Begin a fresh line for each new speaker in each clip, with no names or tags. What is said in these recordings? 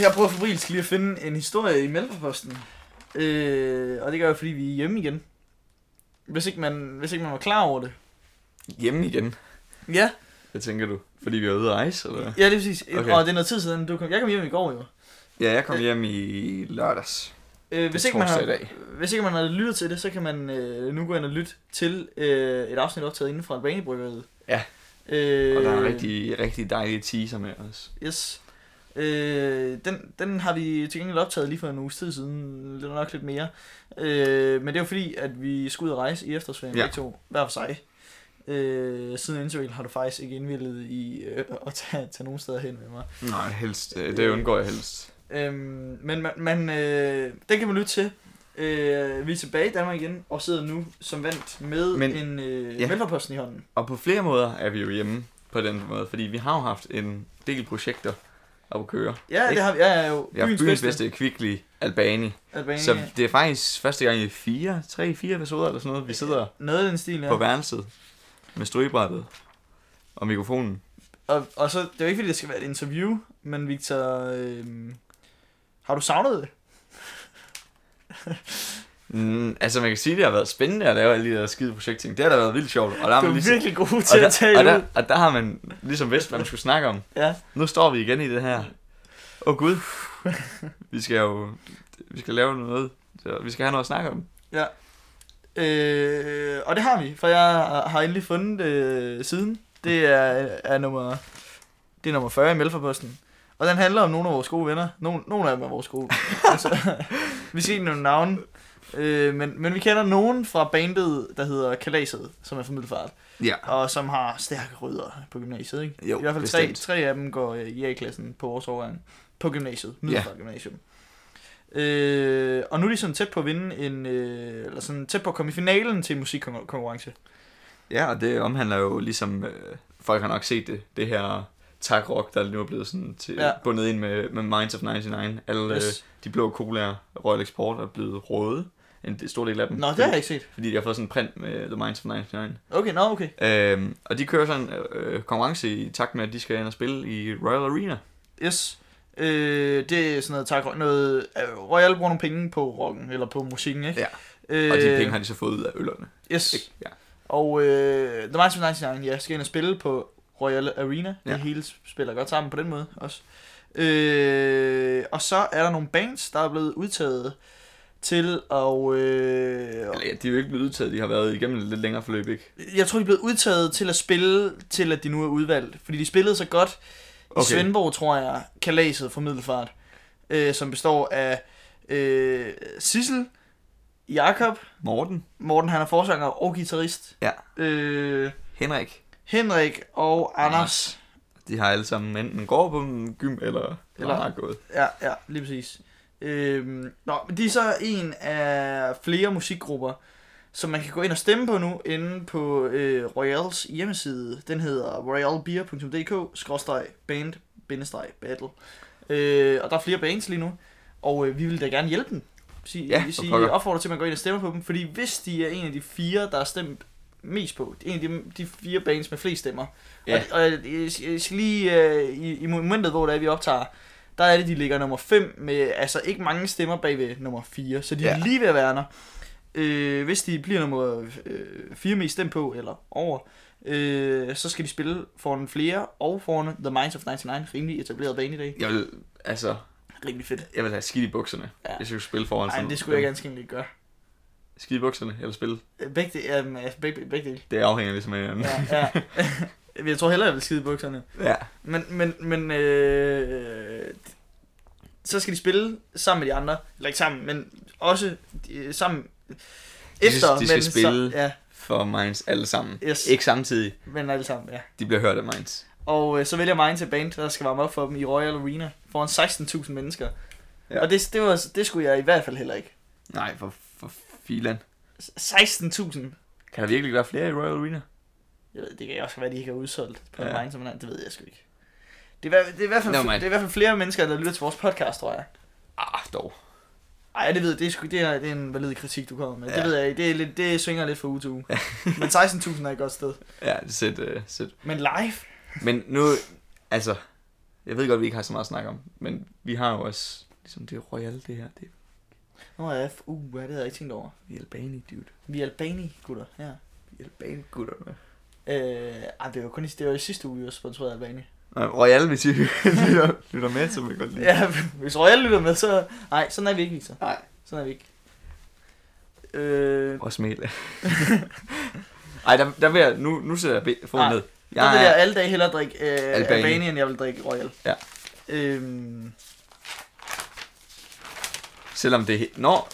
Jeg prøver febrilsk lige at finde en historie i Mælkeposten. Øh, og det gør jeg, fordi vi er hjemme igen. Hvis ikke man, hvis ikke man var klar over det.
Hjemme igen,
Ja,
hvad tænker du? Fordi vi er ude at rejse, eller hvad?
ja lige præcis. Okay.
Okay.
Og det er noget tid siden, du kom. Jeg kom hjem i går jo.
Ja, jeg kom hjem i lørdags.
Øh, hvis, ikke man
torsdag
har,
i dag.
hvis ikke man har lyttet til det, så kan man øh, nu gå ind og lytte til øh, et afsnit optaget inden fra Albanibryggeriet.
Ja.
Øh,
Og der er rigtig, rigtig dejlige teaser med os.
Yes. Øh, den, den har vi til gengæld optaget lige for en uges tid siden, lidt nok lidt mere. Øh, men det er jo fordi, at vi skulle ud og rejse i efterårsferien,
Ja.
ja. to, hver for sig. Øh, siden interviewen har du faktisk ikke indvildet i øh, at tage, tage nogen steder hen med mig.
Nej, helst. øh, Det undgår jeg helst.
Øh, men man, man, øh, den kan man lytte til. Øh, vi er tilbage i Danmark igen, og sidder nu som vandt med
Men-
men, en øh,
ja.
ja. i hånden.
Og på flere måder er vi jo hjemme på den måde, fordi vi har jo haft en del projekter op at køre.
Ja, det
Ikke?
har vi. Ja, ja, jo.
Vi har byens, byens bedste, Kvickly, Albani.
Albania.
Så det er faktisk første gang i fire, tre, fire episoder eller sådan noget, vi sidder
Noget i den stil, ja.
på værelset med strygebrættet og mikrofonen.
Og, og så, det er jo ikke fordi, det skal være et interview, men Victor, øh, har du savnet det?
Mm, altså man kan sige, det har været spændende at lave alle de der skide projektting. Det har da været vildt sjovt. Og der har
Du
man
er
ligesom,
virkelig god
og
til
der,
at tale
og, der,
ud.
og der har man ligesom vidst, hvad man skulle snakke om.
Ja,
Nu står vi igen i det her. Åh oh, gud, vi skal jo vi skal lave noget. Så Vi skal have noget at snakke om.
ja. Øh, og det har vi, for jeg har endelig fundet øh, siden. Det er, er nummer, det er nummer 40 i Mælferposten. Og den handler om nogle af vores gode venner. Nogle, nogle af dem er vores gode. altså, vi skal ikke nogle navne. Øh, men, men vi kender nogen fra bandet, der hedder Kalaset, som er fra Middelfart.
Ja.
Og som har stærke rødder på gymnasiet, ikke?
Jo,
I hvert fald tre,
bestemt.
tre af dem går øh, i A-klassen på vores årgang. På gymnasiet. Middelfart yeah. Gymnasium. Øh, og nu er de sådan tæt på at vinde en... Øh, eller sådan tæt på at komme i finalen til en musikkonkurrence.
Ja, og det omhandler jo ligesom, øh, folk har nok set det, det her tak rock, der nu er blevet sådan til, ja.
Ja.
bundet ind med, med Minds of 99. Alle
Yes.
yes. øh, de blå colaer, Royal Export, er blevet røde. En del- stor del af dem.
Nå, det har jeg ikke set.
Fordi de har fået sådan en print med The Minds of 99.
Okay, nå, okay.
Øhm, og de kører sådan en øh, konkurrence i takt med, at de skal ind og spille i Royal Arena.
Yes. Øh, det er sådan noget, tak, noget øh, Royal bruger nogle penge på rocken, eller på musikken, ikke?
Ja.
Øh,
Og de penge har de så fået ud af øllerne.
Yes.
Ikke? Ja.
Og øh, The Minds of 99, ja, skal ind og spille på Royal Arena. Ja.
Ja.
Det hele spiller godt sammen på den måde også. Øh, og så er der nogle bands, der er blevet udtaget til at... Øh,
Eller ja, de er jo ikke blevet udtaget, de har været igennem et lidt længere forløb, ikke?
jeg tror, de er blevet udtaget til at spille, til at de nu er udvalgt. Fordi de spillede så godt okay. i Svendborg, tror jeg, kalaset fra Middelfart. Øh, som består af øh, Sissel, Jakob,
Morten,
Morten han er forsanger og guitarist.
Ja.
Øh,
Henrik,
Henrik og Anders.
de har alle sammen enten går på en gym, eller, eller
Eller-
har gået.
Ja, ja, lige præcis. Øhm, nå, men de er så en af flere musikgrupper, som man kan gå ind og stemme på nu, inde på øh, Royals hjemmeside. Den hedder royalbeer.dk-band-battle. Øh, og der er flere bands lige nu, og øh, vi vil da gerne hjælpe dem. Sige,
Ja,
ja, vi
for
sige,
pokker.
opfordrer til, at man går ind og stemmer på dem, fordi hvis de er en af de fire, der er stemt mest på, en af de, de fire bands med flest stemmer,
Ja.
Ja. Og, og jeg, jeg, jeg skal lige øh, i, i momentet, hvor det er, vi optager, der er det, de ligger nummer 5 med altså ikke mange stemmer bagved nummer 4. Så de
Ja.
er lige ved at være der. Øh, hvis de bliver nummer 4 mest stemt på, eller over, øh, så skal de spille foran flere og foran The Minds of 99. Rimelig etableret bane i dag.
Jeg vil, altså,
Rimelig fedt.
jeg vil have skidt i bukserne, ja.
Ja.
hvis jeg skulle spille foran
Nej,
sådan
det skulle jeg
dem.
ganske enkelt ikke gøre.
Skidt i bukserne, eller spille.
Øh, Begge, de- øhm, altså, begge, begge dele.
Det afhænger ligesom af hinanden.
Ja, ja. jeg tror hellere, jeg vil skide i bukserne.
ja.
Men, men, men øh, så skal de spille sammen med de andre. Eller ikke sammen, men også øh, sammen
skal-
efter.
de skal
men
spille.
Så, ja,
For Minds alle sammen.
Yes.
Ikke samtidig.
men alle sammen, ja.
De bliver hørt af Minds.
Og øh, så vælger mig til band, der skal varme op for dem i Royal Arena foran 16.000 mennesker.
Ja.
Ja. Og det, det, var, det skulle jeg i hvert fald heller ikke.
Nej, for, for filan.
16.000.
Kan der virkelig være flere i Royal Arena?
Jeg ved, det kan også være, at de ikke har udsolgt på
Ja.
ja. Mind, som det ved jeg sgu ikke. Det er, i hver- det, er i hvert fald,
Never mind.
det er i hvert fald flere mennesker, der lytter til vores podcast, tror jeg.
Ah, dog.
Ej, det ved jeg. Det er, sgu, det er, det er en valid kritik, du kommer med. Ja.
Ja.
Det ved jeg ikke. Det, er lidt, det svinger lidt fra uge til uge. Men 16.000 er et godt sted.
Ja, det er sæt, uh, sæt.
Men live?
Men nu, altså, jeg ved godt, vi ikke har så meget at snakke om, men vi har jo også, ligesom det royale det her, det
Nå ja, f- uh, ja, det havde jeg ikke tænkt over.
er Albani, dude.
Vi er albani, gutter, her.
Vi er Albani, gutterne.
Øh, ej, det var kun i, det var i sidste uge, vi var sponsoreret af Albani.
Nej, Royale, hvis I lytter, lytter med, så vil jeg godt lide.
Ja, hvis Royal lytter med, så... Nej, sådan er vi ikke, Victor.
Nej.
Sådan er vi ikke. Øh,
Og smil. Ej, der, der vil jeg, nu, nu sætter jeg be- foden
Nej,
ned.
der
Jeg
vil
er,
jeg alle dage hellere drikke øh,
Albani.
Albani. end jeg vil drikke Royal.
Ja.
Øhm,
selvom det er he- Nå,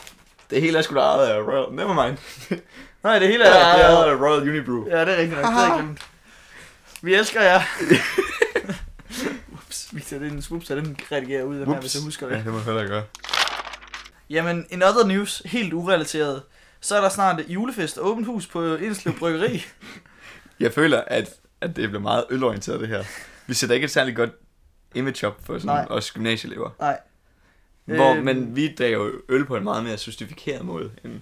det hele er sgu da ejet af Royal. Nevermind.
nej, det hele
Det
er...
er ejet af Royal Unibrew.
Ja, det er rigtigt nok. Det havde jeg glemt. Vi elsker jer. Ups, vi tager den, ups, den redigerer ud af her,
Whoops.
hvis jeg husker det.
Ja, det må jeg heller gøre.
Jamen, in other news, helt urelateret, så er der snart julefest og åbent hus på Indslev Bryggeri.
Jeg føler, at, at det bliver meget ølorienteret, det her. Vi sætter ikke et særligt godt image op for sådan
Nej.
Nej. Øh, os gymnasieelever.
Nej.
Hvor,
Øhm.
Men vi drikker jo øl på en meget mere justifikeret måde. End,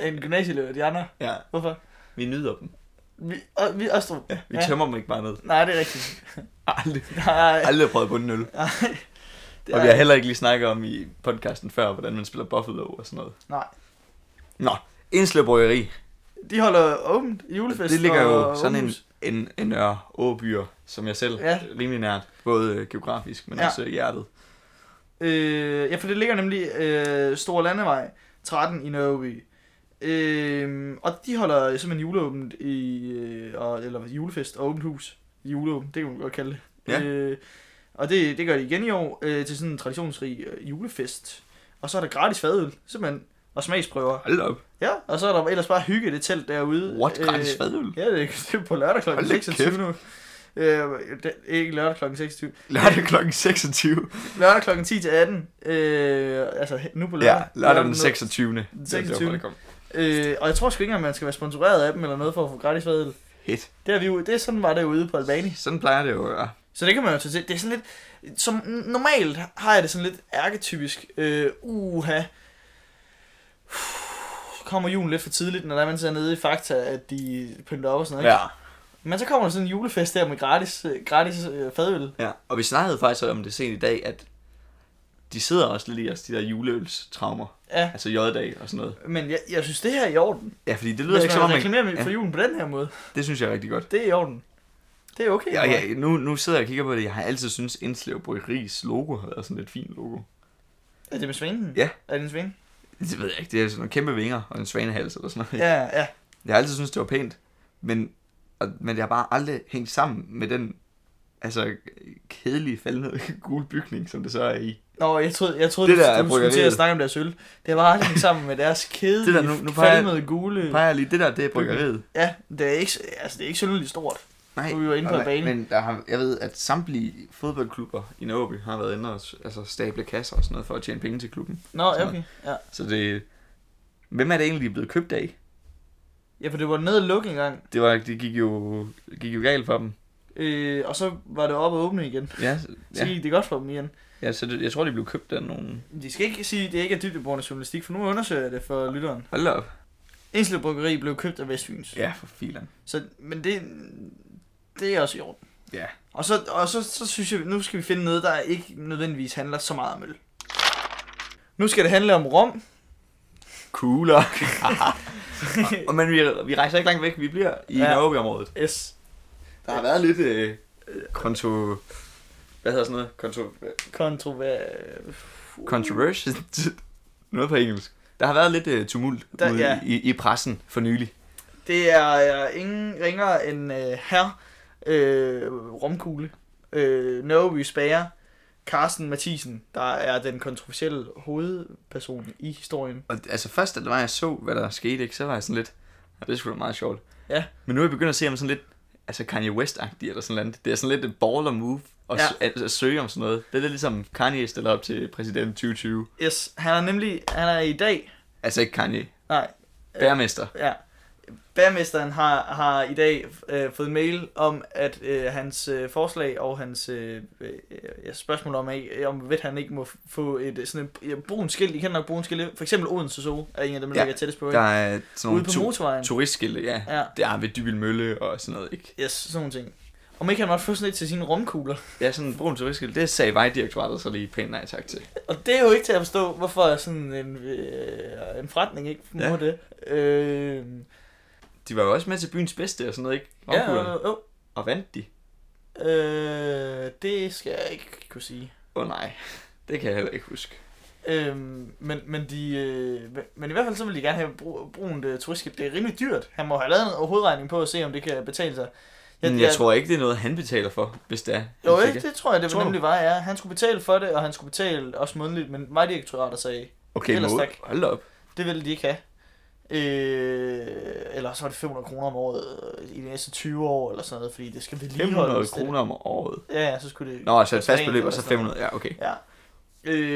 En gymnasieelev af de andre.
ja,
Hvorfor? vi,
vi nyder dem.
vi, og, vi Østrup.
Ja, vi
Ja.
ja. tømmer dem ikke bare ned.
Nej, det er rigtigt.
Aldrig,
Nej.
aldrig prøvet på en øl.
Nej. Det
Og vi har heller ikke lige snakket om i podcasten før, hvordan man spiller Buffalo og sådan noget.
Nej.
Nå, Indslev Bryggeri.
De holder åbent julefest
Det ligger jo
og
sådan en,
åbent hus.
en, en ør åbyer, som jeg selv,
Ja.
ja. rimelig nært. Både øh, geografisk, men
Ja.
ja. også i hjertet.
Øh, ja, for det ligger nemlig øh, Store Landevej 13 i Nørreby. Øh, og de holder simpelthen juleåbent i, øh, og, eller julefest og åbent hus. Juleåbent, det kan man godt kalde det.
Ja.
Øh, og det, det gør de igen i år øh, til sådan en traditionsrig øh, julefest. Og så er der gratis fadøl, simpelthen, og smagsprøver.
Hold da op.
Ja, og så er der ellers bare hygge i det telt derude. Øh,
What? Gratis fadøl?
Ja, det er, det er på lørdag kl.
Hold da
26
kæft.
nu. Øh, det, ikke lørdag kl. 26.
Lørdag klokken 26.
Lørdag kl. 10 til 18. Øh, altså he- nu på lørdag.
Ja, lørdag den 26. Det var
26..
derfor, det kom.
Øh, og jeg tror sgu ikke engang, man skal være sponsoreret af dem eller noget for at få gratis fadøl.
Fedt.
Det, er vi jo, det er sådan var det jo ude på Albani.
Sådan plejer det jo at være.
Så det kan man jo tage til. Det er sådan lidt... Som n- normalt har jeg det sådan lidt ærketypisk. Øh, uha. Kommer julen lidt for tidligt, når der er man ser nede i Fakta, at de pynter op og sådan noget. ikke?
Ja.
Men så kommer der sådan en julefest der med gratis, øh, gratis øh, fadøl.
ja. Og vi snakkede faktisk om det sent i dag, at de sidder også lidt i os, de der juleølstraumer.
Ja.
Altså J-dag og sådan noget.
Men jeg, jeg synes, det her er i orden.
Ja, fordi det lyder
Hvis
ikke som om,
man
man...
reklamerer man... for
ja.
julen på den her måde,
Det synes jeg er rigtig godt.
det er i orden. Det er okay.
Ja,
for mig.
ja, nu, nu sidder jeg og kigger på det. Jeg har altid syntes, Indslev Bryggeris logo har været sådan et fint logo.
Er det med svinen?
Ja.
Er det en svine?
Det ved jeg ikke. Det er sådan nogle kæmpe vinger og en svanehals eller sådan noget.
Ja, ja.
Jeg har altid syntes, det var pænt, men, og, men det har bare aldrig hængt sammen med den altså, kedelige faldende gule bygning, som det så er i.
Nå, jeg troede, jeg troede
Det
det
der er
der du skulle til
bryggeriet.
at snakke om deres øl. Det var aldrig sammen med deres kedelige,
Det
det
der,
der,
nu- nu peger jeg-
falmede gule...
Peger jeg lige, det der, det er bryggeriet.
Ja, det er ikke, altså, det er ikke synderligt stort.
Nej,
Nu er vi jo inde på
og-
banen.
Men der har, jeg ved, at samtlige fodboldklubber i Nørreby har været inde og s- altså, stable kasser og sådan noget for at tjene penge til klubben.
Nå, ja,
Sådan.
okay. Ja.
Så det, hvem er det egentlig de er blevet købt af?
ja, for det var ned og lukke engang,
Det, var, det gik, jo, gik jo galt for dem.
øh, og så var det op og åbne igen.
Ja, så-
Så
ja.
gik det godt for dem igen.
ja så det, jeg tror, de blev købt af nogle...
De skal ikke sige, at det ikke er dybdeborende journalistik, for nu undersøger jeg det for lytteren.
Hold da op.
Enslev Bryggeri blev købt af Vestfyns.
Ja, for filan.
Så, men det, det er også i orden.
Ja.
Og, så, og så, så synes jeg, nu skal vi finde noget, der ikke nødvendigvis handler så meget om øl. Nu skal det handle om rom.
Cooler. Og, men vi, vi rejser ikke langt væk, vi bliver i
Ja.
ja. Nørreby-området.
S.
Der har været lidt øh, konto... Hvad hedder sådan noget? Konto...
Kontrover...
Controversial. noget på engelsk. Der har været lidt øh, tumult
Der-
der, ude
ja.
ja. i, i pressen for nylig.
Det er øh, ingen ringer end øh, herr øh, Romkugle, øh, Nørreby Bager, Carsten Mathisen, der er den kontroversielle hovedperson i historien.
Og altså først, da det var, jeg så, hvad der skete, ikke, så var jeg sådan lidt... Ja, det skulle da meget sjovt.
Ja.
Men nu er jeg begyndt at se om sådan lidt... Altså Kanye West-agtig eller sådan noget. Det er sådan lidt et baller move at,
Ja.
ja. at, at, søge om sådan noget. Det er lidt ligesom Kanye stiller op til præsident 2020.
Yes, han er nemlig, han er i dag,
Altså ikke Kanye.
nej,
Bærmester.
Ja. Bærmesteren har, har i dag øh, fået mail om, at øh, hans øh, forslag og hans øh, øh, ja, spørgsmål om, øh, om ved han ikke må f- få et øh, sådan et ja, brun skilt. I kender nok brun skilt. For eksempel Odense Zoo er en af dem, der
Ja,
ligger tættest på.
Der
Der,
er sådan
Øh, ude
nogle
på
to-
motorvejen.
turistskilte, ja.
Ja.
Der ved Dybbøl Mølle og sådan noget, ikke?
Yes, sådan nogle ting. Om ikke han måtte få sådan et til sine rumkugler.
Ja, sådan en brun turistskilt, det sagde Vejdirektoratet så lige pænt nej tak til.
Og det er jo ikke til at forstå, hvorfor sådan en, øh, en forretning ikke må
Ja.
ja. det. Øh,
De var jo også med til byens bedste og sådan noget, ikke?
ja,
Romkuglerne.
øh, øh,
Og vandt de?
øh, det skal jeg ikke kunne sige.
Åh oh, nej, det kan jeg heller ikke huske.
Øhm, men, men, de, øh, men- men i hvert fald så vil de gerne have brug, brunt uh, turistskib. Det er rimelig dyrt. Han må have lavet en hovedregning på at se, om det kan betale sig.
Jeg, Mm, jeg, jeg tror ikke, det er noget, han betaler for, hvis det er. han
Jo,
fik
ikke? det tror jeg, det
Tror du?
tror nemlig var, ja. Han skulle betale for det, og han skulle betale også månedligt, men vejdirektoratet sagde,
Okay,
Ellers
må,
tak.
hold da op.
det ville de ikke have. Øh, eller så var det 500 kroner om året øh, i de næste 20 år, eller sådan noget, fordi det skal vedligeholdes.
500
det-
kroner om året.
Ja, ja, så skulle det...
Nå, altså et
koste
fast
rent
beløb, og
eller
så
sådan noget.
500. Ja, okay.
Ja.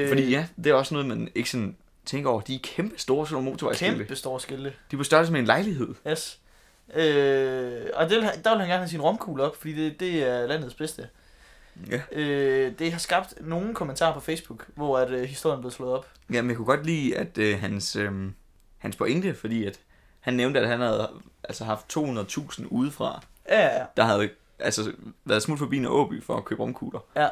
Øh,
Fordi ja, det er også noget, man ikke sådan tænker over. De er kæmpe store, sådan nogle motorvejsskilte.
Kæmpe store skilte.
De er på størrelse med en lejlighed.
Yes. Øh, og det vil, han- der vil han gerne have sin romkugle op, fordi det, det er landets bedste.
Ja.
Øh, det har skabt nogle kommentarer på Facebook, hvor at, øh, historien blev slået op.
ja, men jeg kunne godt lide, at øh, hans, øh, hans pointe, fordi at han nævnte, at han havde altså, haft 200.000 udefra,
Ja, ja, ja.
der havde altså, været smut forbi en Åby for at købe romkugler.
Ja.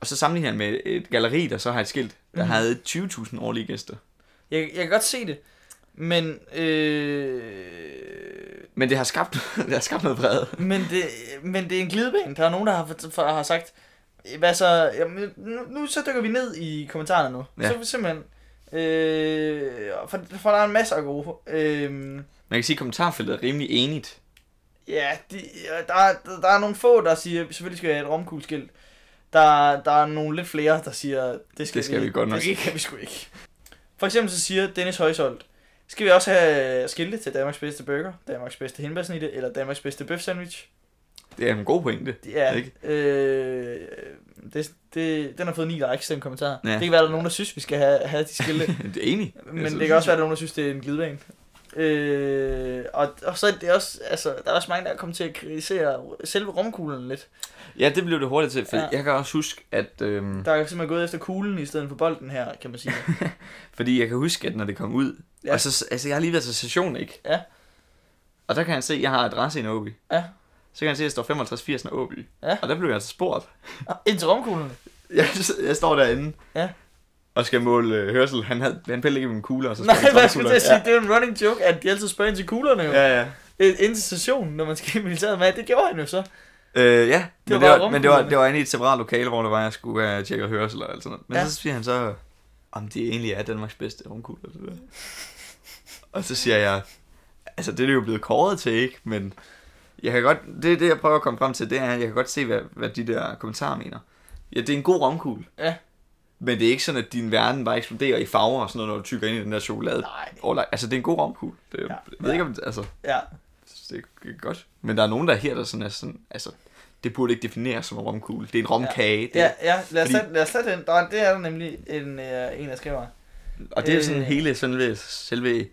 Og så sammenligner han med et galeri, der så har et skilt, der
Mhm.
havde 20.000 årlige gæster.
Jeg, jeg kan godt se det, men, øh,
Men det har skabt, det har skabt noget vrede.
men, det, men det er en glidebane. Der er nogen, der har, fort- for, har sagt, hvad så, jamen, nu, nu så dykker vi ned i kommentarerne nu.
Ja.
Ja. Så er vi simpelthen, øh, for, for der er en masse af gode. Øh,
Man kan sige, at kommentarfeltet er rimelig enigt.
Ja, de, ja, der, er- der er nogle få, der siger, selvfølgelig skal jeg have et romkugleskilt. Der, der er nogle lidt flere, der siger, det skal,
Det skal vi godt nok
det skal vi sgu ikke. For eksempel så siger Dennis Højsholt, skal vi også have øh, skilte til Danmarks bedste burger, Danmarks bedste hindbærsnitte eller Danmarks bedste bøf sandwich?
Det er en god pointe.
Det er,
Ikke?
øh, det, det, den har fået 9 likes, den kommentar.
Ja.
Ja. Det kan være, der er nogen, der synes, vi skal have, have de skilte.
det er enig.
Men
Altså,
det kan også være, at der er nogen, der synes, det er en glidebane. Øh, og, og så er det også, altså, der er også mange, der er kommet til at kritisere selve rumkuglen lidt.
Mm. Ja, det blev det hurtigt til, for ja.
Ja.
jeg kan også huske, at... Øhm,
Der er simpelthen gået efter kuglen i stedet for bolden her, kan man sige.
fordi jeg kan huske, at når det kom ud... Ja.
Ja.
Og så, altså, jeg har lige været til session, ikke?
Ja.
Og der kan han se, at jeg har adresse i Nåby.
Ja.
Så kan han se, at jeg står 5580 Nåby.
Ja.
Og der blev jeg altså spurgt.
Ah, Ind til rumkuglen.
Jeg, jeg står derinde.
Ja.
Og skal måle øh, hørsel. Han, havde, han pillede ikke med min kugle, og så
Nej,
spurgte han
hvad jeg
til
skulle til
kuglerne.
at sige, det er jo en running joke, at de altid spørger ind til kuglerne jo. Ja.
Ja, ja. ja.
Ind til stationen, når man skal i militæret med. Det gjorde han jo så.
Øh, ja, det
Det var
men, var det var,
bare
men det var,
rumkuglerne.
det var inde i et separat lokale, hvor det var, jeg skulle have tjekket hørsel og alt sådan noget. Men ja.
Ja.
så siger han så, om det egentlig er Danmarks bedste rumkugle. Og, det der. og så siger jeg, altså det er det jo blevet kåret til, ikke? Men jeg kan godt, det, det jeg prøver at komme frem til, det er, at jeg kan godt se, hvad, hvad de der kommentarer mener. Ja, det er en god romkugle.
Ja.
Men det er ikke sådan, at din verden bare eksploderer i farver og sådan noget, når du tykker ind i den der chokolade.
Nej.
Overlej. Altså, det er en god romkugle. Det, ja.
Ja.
Jeg ved ikke, om det, altså,
Ja.
det er godt. Men der er nogen, der er her, der sådan er sådan, altså, det burde ikke defineres som en romkugle. Det er en romkage. Det,
Ja, ja, lad os,
Fordi-
tage, lad os tage den. Der, er- det er der nemlig en, øh, en der skriver.
Og det er sådan
Øh.
hele selve, selve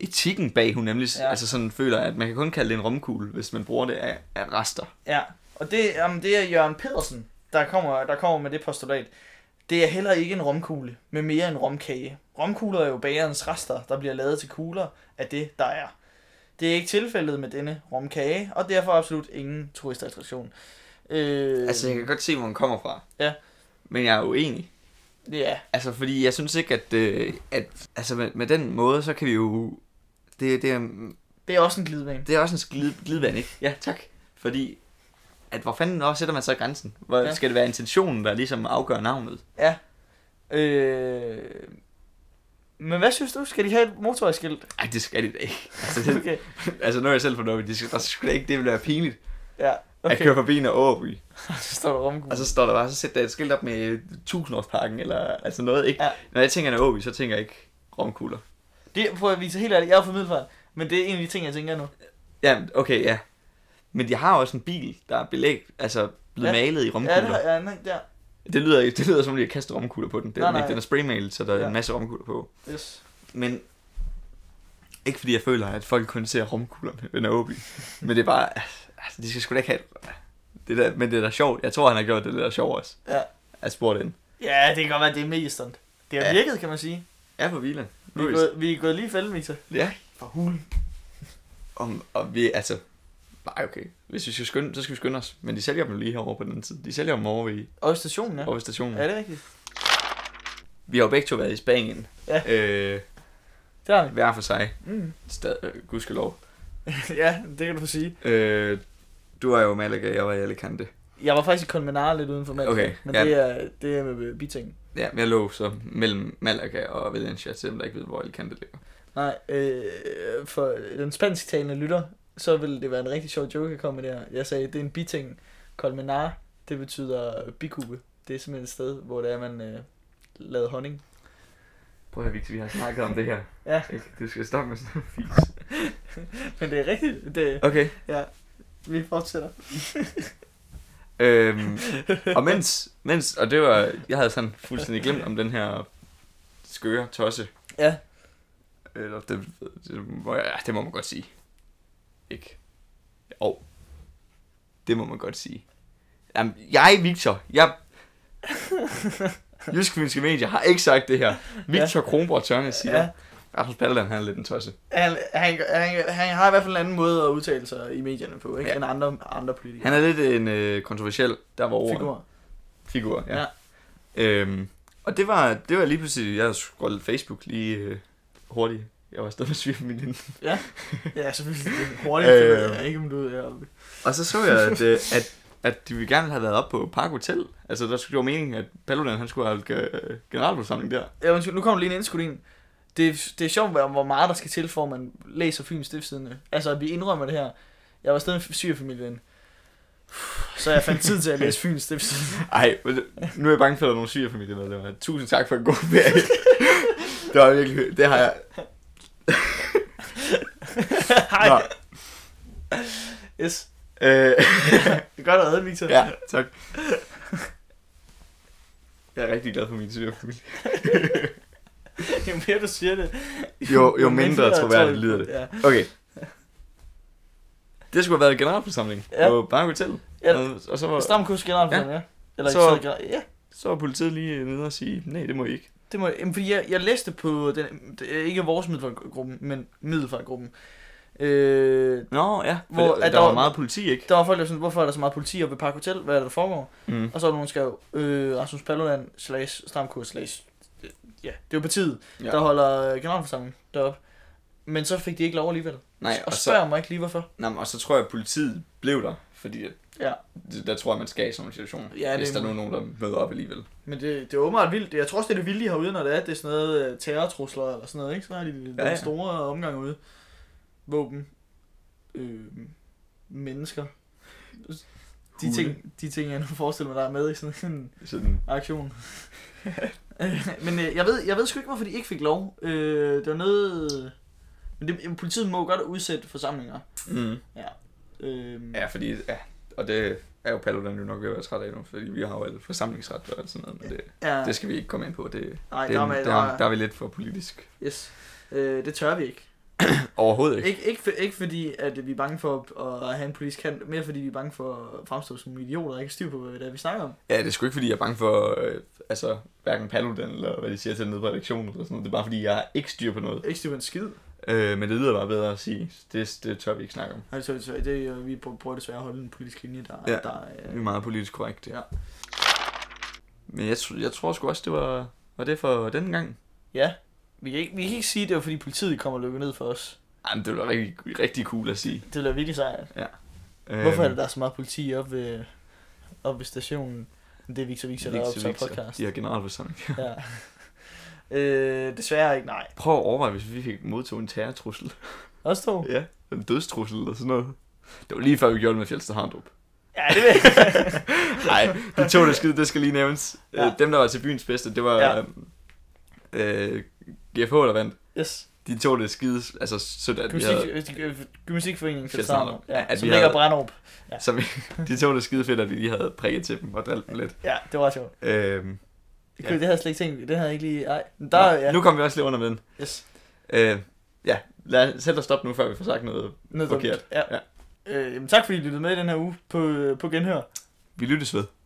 etikken bag, hun nemlig ja.
Ja.
altså sådan føler, at man kan kun kalde det en romkugle, hvis man bruger det af, af rester.
Ja, og det, jamen, det er Jørgen Pedersen, der kommer, der kommer med det postulat. Det er heller ikke en romkugle, men mere en romkage. Romkugler er jo bagerens rester, der bliver lavet til kugler af det, der er. Det er ikke tilfældet med denne romkage, og derfor absolut ingen turistattraktion. Øh,
Altså, jeg kan godt se, hvor hun kommer fra.
Ja.
Men jeg er uenig.
ja,
Altså, fordi jeg synes ikke, at, øh, at altså, med, med, den måde, så kan vi jo... Det, det, er,
det er også en glidebane.
det er også en glid, glidebane, ikke? Ja, tak. Fordi, at hvor fanden også sætter man så grænsen? Hvor ja.
Ja.
skal det være intentionen, der ligesom afgør navnet?
Ja. Øh, men hvad synes du? Skal de have et motorvejsskilt?
Ej, det skal de da ikke. Altså, det,
Okay.
altså nu er jeg selv fornøjet, de skal, der skal da ikke, det ville være pinligt
Ja,
okay. at
okay.
køre forbi en Åby.
Så står der romkugle.
Og så står der bare, så sætter der et skilt op med øh, tusindårsparken, eller altså noget, ikke? Ja.
Ja.
Når jeg tænker en Åby, så tænker jeg ikke romkugler.
Det er, prøv at vise helt ærligt, jeg er fra Middelfart, men det er en af de ting, jeg tænker nu.
Ja, okay, ja. Men de har også en bil, der er belæg, altså blevet ja.
Ja.
malet i
Ja, det
romkugler.
har,
Ja,
ja, nej, der.
det, lyder, det lyder som om, de har kastet romkugler på den. Det er
Nej,
den ikke,
nej.
den er spraymalet, så der er
Ja.
en masse romkugler på.
Yes.
Men ikke fordi jeg føler, at folk kun ser rumkuglerne ved Naobi. Men det er bare, altså, de skal sgu da ikke have det der, men det er da sjovt. Jeg tror, han har gjort det der sjovt også.
Ja.
At spore den.
Ja, det kan godt være, det er mest sådan. Det har
Ja.
ja. virket, kan man sige.
Ja, for Vila.
Vi er, gået, vi er gået lige i fælden, Victor.
Ja.
For hul.
Om, og vi, altså, Nej, okay. Hvis vi skal skynde, så skal vi skynde os. Men de sælger dem lige herovre på den anden side. De sælger dem over ved,
Og stationen, ja.
over ved stationen.
Ja, det er rigtigt.
Vi har jo begge to været i Spanien.
Ja.
Øh,
Det har vi.
hver for sig.
Mm.
Stad, øh, gudskelov.
ja, det kan du sige.
Øh, du var jo i Malaga, jeg var i Alicante.
Jeg var faktisk i Colmenar lidt uden for Malaga,
Okay,
men
ja.
det, er, det er med biting.
Ja, jeg lå så mellem Malaga og Valencia, selvom jeg ikke ved, hvor Alicante ligger.
Nej, øh, for den spansktalende lytter, så ville det være en rigtig sjov joke at komme der. Jeg sagde, det er en biting. Colmenar, det betyder bikube. Det er simpelthen et sted, hvor det er, man øh, lavede honning.
Prøv at vi har snakket om det her.
Ja.
Du skal stoppe med sådan
Men det er rigtigt. Det,
Okay.
ja, vi fortsætter.
Øhm, og mens, mens, og det var, jeg havde sådan fuldstændig glemt om den her skøre tosse.
Ja.
Eller det, det, må, ja, det må man godt sige. Ikke? Jo. Det må man godt sige. Jamen, jeg, Victor, jeg... Jysk Fynske Medier har ikke sagt det her. Victor ja. Kronborg Tørnes siger, ja.
Ja,
Rasmus Paludan, han er lidt en tosse.
han, han, han, han har i hvert fald en anden måde at udtale sig i medierne på, ikke?
Ja.
Ja. end andre, andre politikere.
Han er lidt en øh, kontroversiel, der var ordet.
Figur.
Figur, ja.
Ja.
Øhm, og det var, det var lige pludselig, jeg havde scrollet Facebook lige øh, hurtigt. Jeg var stadig med svimmelinde.
Ja, selvfølgelig. Det er Hurtigt, det ved
Øh.
jeg ikke, om du er deroppe.
Og så så jeg, at, øh, at, at de ville gerne have været op på Park Hotel. Altså, der skulle jo meningen, at Paludan, han skulle have holdt øh, generalforsamling der.
Ja, undskyld, nu kommer lige en indskudding. Det, er- det er sjovt, hvor hvor meget der skal til, for at man læser Fyns Stiftstidende. Altså, at vi indrømmer det her. Jeg var stadig med syrefamilien. Så jeg fandt tid til at læse Fyns Stiftstidende.
Ej, men det- nu er jeg bange for, at der er nogle syge familiemedlemmer. Tusind tak for en god ferie. det var virkelig, det har jeg. Nå,
Hej. Yes.
øh,
Det er godt at redde, Victor.
ja, tak. Jeg er rigtig glad for min syge familie.
Jo mere du siger det,
Jo, jo mindre troværdigt lyder det.
Ja.
Okay. Det skulle have været en generalforsamling ja.
Ja.
på Bank Hotel.
Ja.
Og, og så, var,
Stram kurs generelt, ja. ja. Eller
Så-
så... ja,
så var politiet lige nede og sige, nej, det må I ikke.
det må jeg, jamen, fordi jeg, jeg læste på, den, det er ikke vores middelfartgruppen, men middelfartgruppen. Øh,
Nå, ja.
Hvor-
Hvor, der,
at
der
der
var
var-
meget politi, ikke?
der var folk, der var sådan, hvorfor er der så meget politi oppe ved Park Hotel? Hvad er det, der foregår?
Mm.
Og så var der nogen, der skrev, øh, Rasmus Paludan slash stramkurs slash, øh, ja, det var partiet,
Ja.
ja. der holder øh, generalforsamlingen deroppe. Men så fik de ikke lov alligevel.
Nej,
og
og
spørger
så,
mig ikke lige, hvorfor.
nej, men- og så tror jeg, at politiet blev der, fordi at-
Ja.
det- der tror jeg, man skal i sådan en situation,
Ja, det
hvis
er
der nu er nogen, der møder op alligevel.
Men det, det er åbenbart vildt. Jeg tror også, det er det vilde herude, når det er, at det er sådan noget øh, terrortrusler eller sådan noget, ikke? Så har de den
Ja, ja.
store omgang ude. Våben. Øh, mennesker. De
Hunde.
ting, de ting, jeg nu forestiller mig, der er med i sådan en
Sådan,
aktion. Øh, men øh, jeg, ved, jeg ved sgu ikke, hvorfor de ikke fik lov. Øh, det var noget... Men det, jamen, politiet må jo godt udsætte forsamlinger.
mm.
Øh,
Ja, fordi, ja, og det er jo Paludan jo nok ved at være træt af nu, fordi vi har jo alle forsamlingsret og alt sådan noget, men det,
ja,
det skal vi ikke komme ind på. Det,
nej,
det,
der, der,
der,
der,
der, der er vi lidt for politisk.
Yes. Øh, det tør vi ikke.
Overhovedet ikke.
Ikke, ikke, for, ikke fordi, at vi er bange for at, at have en politisk kant, mere fordi vi er bange for at fremstå som idioter og ikke har styr på, hvad det er, vi snakker om.
Ja, det er sgu ikke, fordi jeg er bange for, øh, altså, hverken Paludan eller hvad de siger til nede på redaktionen eller sådan noget. Det er bare, fordi jeg har ikke styr på noget.
Ikke styr på en skid.
Øh, men det lyder bare bedre at sige. Det, det tør vi ikke snakke om.
Nej, så, så det, øh, vi prøver- prøver desværre at holde en politisk linje, der,
Ja.
ja. der øh,
Det er meget politisk korrekt, ja.
Ja.
Men jeg, tr- jeg tror sgu også, det var, var det for den gang.
Ja, vi kan, ikke, vi kan ikke sige, at det var fordi politiet kommer og lukker ned for os.
Ej, men det var rigtig, rigtig cool at sige.
Det bliver virkelig sejt.
Øh,
Hvorfor er det, der er så meget politi op ved, op ved stationen? Det er Victor Victor, der optager podcast.
De har generalforsamling.
Ja. øh, desværre ikke, nej.
Prøv at overveje, hvis vi fik modtog en terrortrussel.
Også to?
ja, en dødstrussel eller sådan noget. Det var lige før, vi gjorde det med Fjeldsted Harndrup.
Ja, det vil jeg.
Nej, de to, der skide, det skal lige nævnes.
Ja.
Ja. Dem, der var til byens bedste, det var ja.
Ja.
øh, GFH, der vandt.
yes.
De to, der skide, altså sødt, at vi havde,
Gymnastik, øh, gymnastikforeningen
Fjeldsted-Harndrup.
Fjeldstarno, ja,
Ja, at
som
vi
ligger
havde-
og brænder op. Ja.
som, de to, der skide fedt, at vi lige havde prikket til dem og drillet dem lidt.
Ja, det var sjovt.
Øhm,
Ja.
Ja.
Det havde jeg slet ikke tænkt, det havde jeg ikke lige... Ej, men
der,
der,
nå,
ja.
Nu kom vi også lige under med den.
Yes.
Øh, ja, lad os sætte og stoppe nu, før vi får sagt noget.
Noget
Forkert.
dumt. Ja.
Ja.
Øh, jamen, tak fordi I lyttede med i den her uge på, på Genhør.
Vi lyttes ved.